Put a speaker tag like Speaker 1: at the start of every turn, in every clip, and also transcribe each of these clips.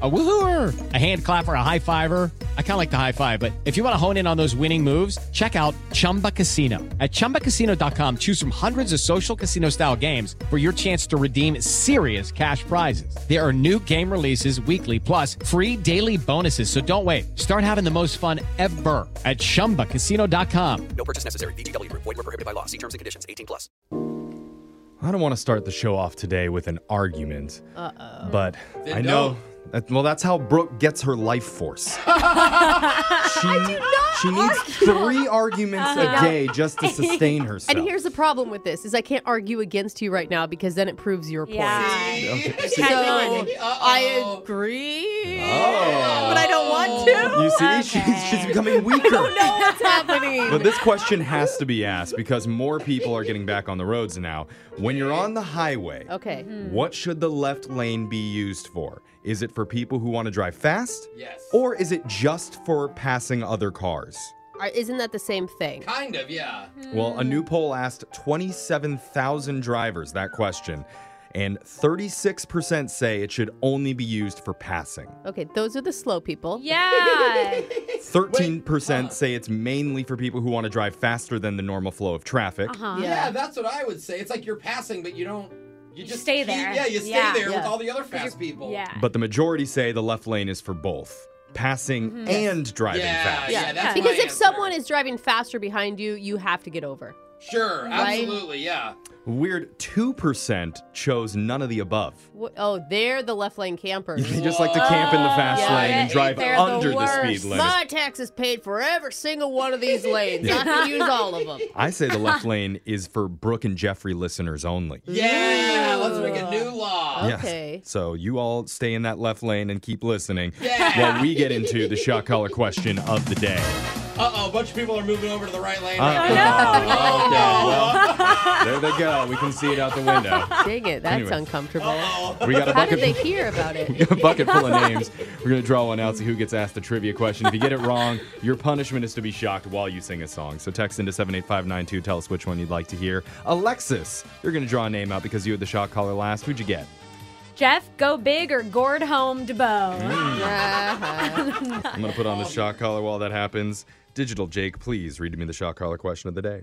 Speaker 1: A woohooer, a hand clapper, a high fiver. I kind of like the high five, but if you want to hone in on those winning moves, check out Chumba Casino. At chumbacasino.com, choose from hundreds of social casino style games for your chance to redeem serious cash prizes. There are new game releases weekly, plus free daily bonuses. So don't wait. Start having the most fun ever at chumbacasino.com.
Speaker 2: No purchase necessary. BGW. Void were prohibited by law. See terms and conditions. 18 plus.
Speaker 3: I don't want to start the show off today with an argument. Uh-oh. But I know that, well that's how Brooke gets her life force. she, she needs three arguments a day just to sustain herself.
Speaker 4: Uh-huh. And here's the problem with this is I can't argue against you right now because then it proves your point.
Speaker 3: Okay,
Speaker 4: So
Speaker 3: see-
Speaker 4: I agree, but I don't want to.
Speaker 3: Oh. you see, she's, she's becoming weaker.
Speaker 4: What's happening?
Speaker 3: But this question has to be asked because more people are getting back on the roads now. When you're on the highway,
Speaker 4: Okay. Hmm.
Speaker 3: what should the left lane be used for? Is it for people who want to drive fast? Yes. Or is it just for passing other cars?
Speaker 4: Are- Isn't that the same thing?
Speaker 5: Kind of, yeah.
Speaker 3: Well, a
Speaker 6: Mm.
Speaker 3: new poll asked 27,000 drivers that question, and 36% say it should only be used for passing.
Speaker 4: Okay, those are the slow people.
Speaker 6: Yeah.
Speaker 3: 13% say it's mainly for people who want to drive faster than the normal flow of traffic.
Speaker 6: Uh-huh.
Speaker 5: Yeah, that's what I would say. It's like you're passing, but you don't. You, just
Speaker 6: stay
Speaker 5: keep-
Speaker 6: there.
Speaker 5: Yeah, you stay
Speaker 6: Yeah.
Speaker 5: there with
Speaker 4: Yeah.
Speaker 5: all the other fast people.
Speaker 6: Yeah.
Speaker 3: But the majority say the left lane is for both passing
Speaker 6: Mm-hmm.
Speaker 3: and driving
Speaker 5: Yeah,
Speaker 3: fast.
Speaker 5: yeah, that's
Speaker 4: because
Speaker 5: my
Speaker 4: if
Speaker 5: answer.
Speaker 4: someone is driving faster behind you, you have to get over.
Speaker 5: Sure,
Speaker 4: Right?
Speaker 5: absolutely, yeah.
Speaker 3: Weird 2% chose none of the above.
Speaker 4: What, oh, they're the left lane campers.
Speaker 3: They just like to camp in the fast
Speaker 4: Yeah,
Speaker 3: lane and
Speaker 6: they-
Speaker 3: drive
Speaker 6: they're the
Speaker 3: under the speed
Speaker 6: worst.
Speaker 3: limit.
Speaker 4: My tax is paid for every single one of these lanes. I can use all of them.
Speaker 3: I say the left lane is for Brooke and Jeffrey listeners only.
Speaker 5: Yeah, let's make a new law.
Speaker 3: Yes.
Speaker 4: Okay.
Speaker 3: So you all stay in that left lane and keep listening
Speaker 5: Yeah.
Speaker 3: while we get into the shot collar question of the day.
Speaker 5: Uh oh, a bunch of people are moving over to the right lane.
Speaker 3: Uh,
Speaker 5: right now.
Speaker 3: Okay,
Speaker 5: Oh,
Speaker 3: well, there they go. We can see it out the window.
Speaker 4: Dang it, that's
Speaker 3: Anyway.
Speaker 4: uncomfortable.
Speaker 3: We got a
Speaker 4: How did
Speaker 3: bucket.
Speaker 4: they hear about it?
Speaker 3: a bucket full of names. We're going to draw one out, see who gets asked the trivia question. If you get it wrong, your punishment is to be shocked while you sing a song. So text into 78592, tell us which one you'd like to hear. Alexis, you're going to draw a name out because you had the shot collar last. Who'd you get?
Speaker 6: Jeff, go big or gourd home to bow.
Speaker 3: Mm. I'm going to put on the
Speaker 4: Um,
Speaker 3: shot collar while that happens. Digital Jake, please read me the shot collar question of the day.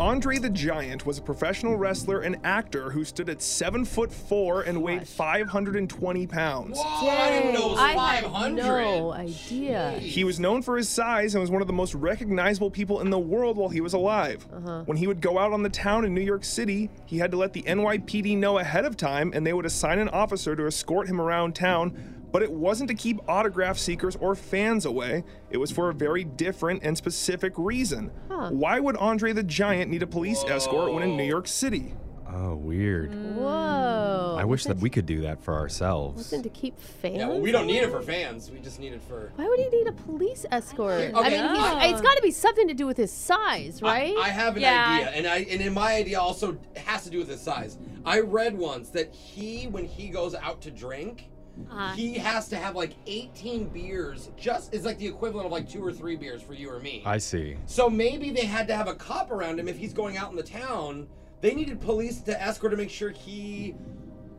Speaker 7: Andre the Giant was a professional wrestler and actor who stood at seven foot four and weighed 520 pounds.
Speaker 5: Whoa, I didn't know it was
Speaker 4: I had
Speaker 5: 500.
Speaker 4: no idea.
Speaker 7: He was known for his size and was one of the most recognizable people in the world while he was alive. When he would go out on the town in New York City, he had to let the NYPD know ahead of time and they would assign an officer to escort him around town. But it wasn't to keep autograph seekers or fans away. It was for a very different and specific reason. Why would Andre the Giant need a police escort when in New York City?
Speaker 3: Oh, weird.
Speaker 4: Whoa.
Speaker 3: I wish that we could do that for ourselves.
Speaker 4: Listen to keep fans.
Speaker 5: Yeah, well, we don't need it for fans. We just need it for.
Speaker 4: Why would he need a police escort? I
Speaker 5: Okay. uh,
Speaker 4: mean, he's, it's got to be something to do with his size, right?
Speaker 5: I have an
Speaker 6: Yeah.
Speaker 5: idea, and I and in my idea also has to do with his size. I read once that he, when he goes out to drink,
Speaker 4: Uh-huh.
Speaker 5: He has to have like 18 beers, just is like the equivalent of like two or three beers for you or me.
Speaker 3: I see.
Speaker 5: So maybe they had to have a cop around him if he's going out in the town. They needed police to escort to make sure he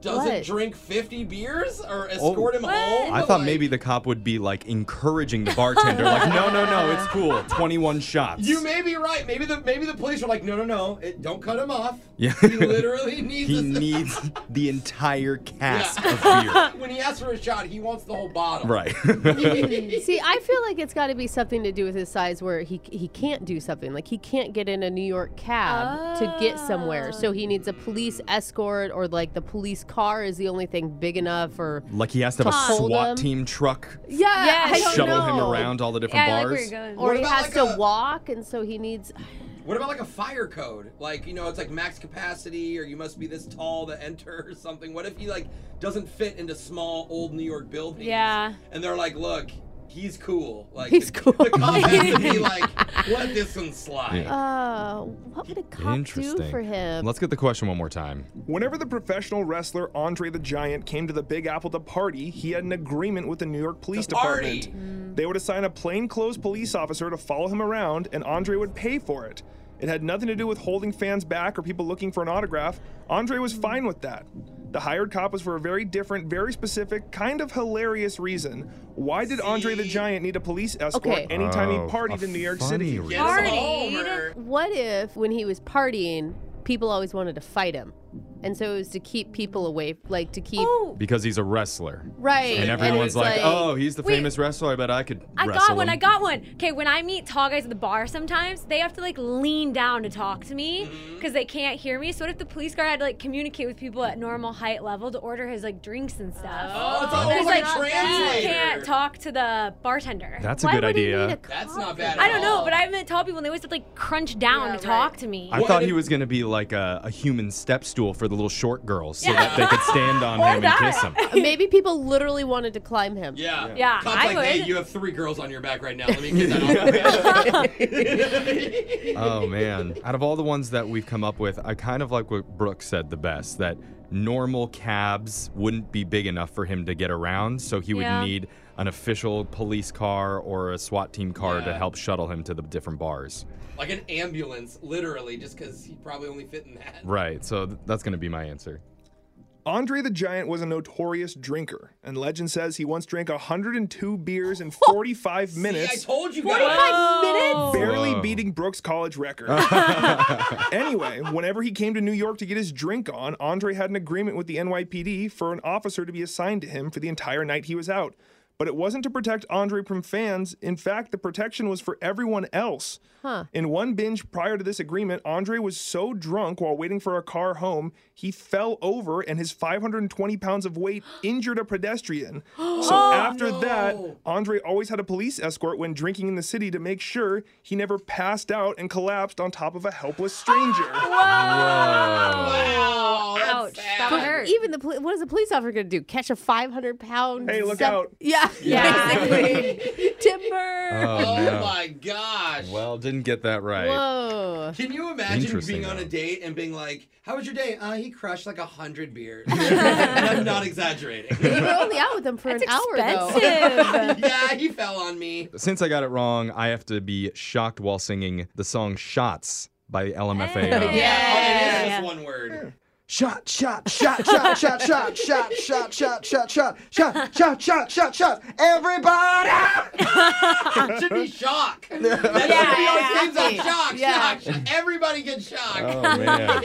Speaker 5: doesn't
Speaker 4: What?
Speaker 5: drink 50 beers or escort him home.
Speaker 3: Oh. I thought
Speaker 5: Like,
Speaker 3: maybe the cop would be like encouraging the bartender, like, no, no, no, it's cool. 21 shots.
Speaker 5: You may be right. Maybe the maybe the police were like, no, no, no, it, don't cut him off.
Speaker 3: Yeah.
Speaker 5: He literally needs.
Speaker 3: he
Speaker 5: this-
Speaker 3: needs the entire cask of
Speaker 5: when he asks for a shot, he wants the whole bottle.
Speaker 3: beer. Right.
Speaker 4: See, I feel like it's got to be something to do with his size, where he he can't do something like he can't get in a New York cab to get somewhere, so he needs a police escort or like the police car is the only thing big enough. Or
Speaker 3: like he has to have a
Speaker 4: Hold
Speaker 3: SWAT
Speaker 4: him.
Speaker 3: team truck
Speaker 4: yeah,
Speaker 6: Yes.
Speaker 4: I don't
Speaker 3: shuttle him
Speaker 4: know.
Speaker 3: around all the different
Speaker 6: Yeah, I like where
Speaker 3: bars.
Speaker 6: you're going.
Speaker 4: Or
Speaker 5: What
Speaker 4: he
Speaker 5: about
Speaker 4: has
Speaker 5: like
Speaker 4: to
Speaker 5: a-
Speaker 4: walk, and so he needs.
Speaker 5: What about like a fire code? Like you know, it's like max capacity, or you must be this tall to enter, or something. What if he like doesn't fit into small old New York buildings?
Speaker 6: Yeah.
Speaker 5: And they're like, look, he's cool. Like
Speaker 4: He's
Speaker 5: the,
Speaker 4: cool.
Speaker 5: The cop has to be like, let this one slide.
Speaker 4: Uh, what would a cop do
Speaker 3: Interesting.
Speaker 4: for him?
Speaker 3: Let's get the question one more time.
Speaker 7: Whenever the professional wrestler Andre the Giant came to the Big Apple to party, he had an agreement with the New York Police
Speaker 5: To party.
Speaker 7: Department. They would assign a plainclothes police officer to follow him around, and Andre would pay for it. It had nothing to do with holding fans back or people looking for an autograph. Andre was fine with that. The hired cop was for a very different, very specific, kind of hilarious reason. Why did Andre the Giant need a police escort
Speaker 4: Okay.
Speaker 7: anytime
Speaker 3: Oh,
Speaker 7: he partied
Speaker 3: a
Speaker 7: in New York
Speaker 3: funny
Speaker 7: City?
Speaker 3: reason.
Speaker 5: Get us
Speaker 6: Party.
Speaker 5: Homer.
Speaker 4: What if when he was partying, people always wanted to fight him? And so it was to keep people away, like to keep
Speaker 6: Ooh,
Speaker 3: Because he's a wrestler.
Speaker 4: right.
Speaker 3: And
Speaker 4: it's
Speaker 3: everyone's like, oh, he's the famous wrestler. I bet I could
Speaker 6: I
Speaker 3: wrestle
Speaker 6: got one.
Speaker 3: him."
Speaker 6: I got one. Okay, when I meet tall guys at the bar, sometimes they have to like lean down to talk to me
Speaker 3: Mm-hmm.
Speaker 6: because they can't hear me. So what if the police guard had to like communicate with people at normal height level to order his like drinks and stuff?
Speaker 5: Oh, it's
Speaker 6: There's
Speaker 5: almost like,
Speaker 6: like
Speaker 5: a
Speaker 6: he
Speaker 5: translator.
Speaker 6: can't talk to the bartender.
Speaker 3: That's a
Speaker 4: Why
Speaker 3: good
Speaker 4: would he need
Speaker 3: idea.
Speaker 4: a
Speaker 5: That's not bad. At
Speaker 6: I don't know,
Speaker 5: all.
Speaker 6: but I met tall people and they always have to like crunch down to talk to me.
Speaker 3: I
Speaker 5: What
Speaker 3: thought
Speaker 5: if-
Speaker 3: he was going to be like a, a human step stool for the little short girls so that they could stand on
Speaker 6: Or
Speaker 3: him
Speaker 6: that.
Speaker 3: and kiss him.
Speaker 4: Maybe people literally wanted to climb him.
Speaker 5: Yeah.
Speaker 6: Yeah,
Speaker 5: Cop's
Speaker 6: I
Speaker 5: like, hey,
Speaker 6: would.
Speaker 5: you have three girls on your back right now. Let me get that off.
Speaker 3: Oh man! Out of all the ones that we've come up with, I kind of like what Brooke said the best. That normal cabs wouldn't be big enough for him to get around, so he would
Speaker 6: Yeah.
Speaker 3: need an official police car or a SWAT team car to
Speaker 5: Yeah.
Speaker 3: help shuttle him to the different bars.
Speaker 5: like an ambulance, literally, just because he probably only fit in that.
Speaker 3: Right. So th- that's going to be my answer.
Speaker 7: Andre the Giant was a notorious drinker, and legend says he once drank 102 beers in 45
Speaker 5: See, I
Speaker 7: minutes,
Speaker 5: told you guys.
Speaker 4: Five minutes?
Speaker 7: barely
Speaker 3: Whoa.
Speaker 7: beating Brooks' college record. anyway, whenever he came to New York to get his drink on, Andre had an agreement with the NYPD for an officer to be assigned to him for the entire night he was out. But it wasn't to protect Andre from fans. In fact, the protection was for everyone else. In one binge prior to this agreement, Andre was so drunk while waiting for a car home, he fell over and his 520 pounds of weight injured a pedestrian. So after that, Andre always had a police escort when drinking in the city to make sure he never passed out and collapsed on top of a helpless stranger.
Speaker 5: Wow, that's
Speaker 6: Ouch, that
Speaker 5: sad.
Speaker 6: hurt.
Speaker 4: Even the poli- what is a police officer going to do? Catch a 500 pound?
Speaker 7: Hey, look
Speaker 4: sep-
Speaker 7: out.
Speaker 4: Yeah,
Speaker 6: Yeah.
Speaker 4: basically.
Speaker 3: Uh.
Speaker 4: Timber.
Speaker 5: Oh my gosh.
Speaker 3: Well, didn't get that right.
Speaker 4: Whoa.
Speaker 5: Can you imagine
Speaker 3: Interesting,
Speaker 5: being on
Speaker 3: though.
Speaker 5: a date and being like, "How was your day?" Uh, he crushed like a hundred beers. and I'm not exaggerating.
Speaker 4: You were only out with him for
Speaker 6: It's
Speaker 4: an hour, though.
Speaker 6: expensive.
Speaker 5: yeah, he fell on me.
Speaker 3: Since I got it wrong, I have to be shocked while singing the song "Shots" by LMFAO.
Speaker 6: Yeah.
Speaker 5: Oh, it is
Speaker 6: Yeah.
Speaker 5: just one word.
Speaker 8: Shot, shot, shot, shot, shot, shot, shot, shot, shot, shot, shot, shot, shot, shot, shot, shot. Everybody!
Speaker 5: It should be shock. That should be on things on shock. Shock. shock. Everybody gets shocked.
Speaker 3: Oh man.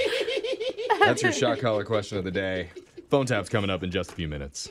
Speaker 3: That's your shot collar question of the day. Phone tap's coming up in just a few minutes.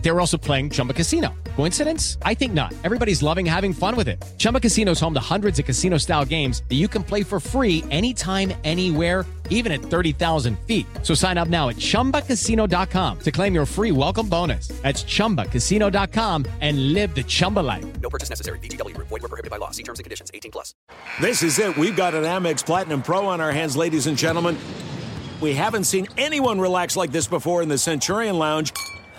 Speaker 1: they were also playing Chumba Casino. Coincidence? I think not. Everybody's loving having fun with it. Chumba Casino is home to hundreds of casino style games that you can play for free anytime, anywhere, even at 30,000 feet. So sign up now at chumbacasino.com to claim your free welcome bonus. That's chumbacasino.com and live the Chumba life.
Speaker 9: No purchase necessary. VGW Group. Void were prohibited by law. See terms and conditions. 18 plus.
Speaker 3: This is it. We've got an Amex Platinum Pro on our hands, ladies and gentlemen. We haven't seen anyone relax like this before in the Centurion Lounge.